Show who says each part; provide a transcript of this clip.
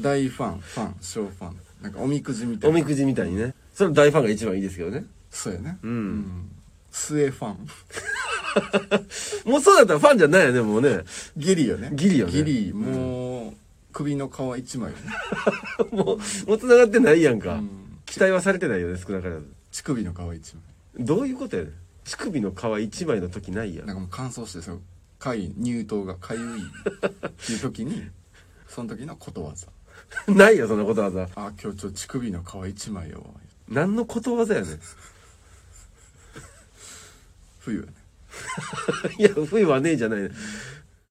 Speaker 1: 大ファンファン小ファンなんかおみくじみたい
Speaker 2: お
Speaker 1: な
Speaker 2: みくじみたいにねそれ大ファンが一番いいですけどね
Speaker 1: そうやね
Speaker 2: うん、
Speaker 1: 末ファン
Speaker 2: もうそうだったらファンじゃないよねもうね
Speaker 1: ギリよね
Speaker 2: ギリよね
Speaker 1: ギリもう首の皮一枚よね
Speaker 2: もうもう繋がってないやんか、
Speaker 1: うん
Speaker 2: 期待はされてないよね少なからず
Speaker 1: 乳首の皮一枚
Speaker 2: どういうことやねん乳首の皮一枚の時ないやん
Speaker 1: なんかもう乾燥してそのい乳頭がかゆいっていう時にその時のことわざ
Speaker 2: ないよそんなことわざ
Speaker 1: あ今日ちょっと乳首の皮一枚よ
Speaker 2: 何のことわざ やねん
Speaker 1: 冬やね
Speaker 2: いや冬はねえじゃないね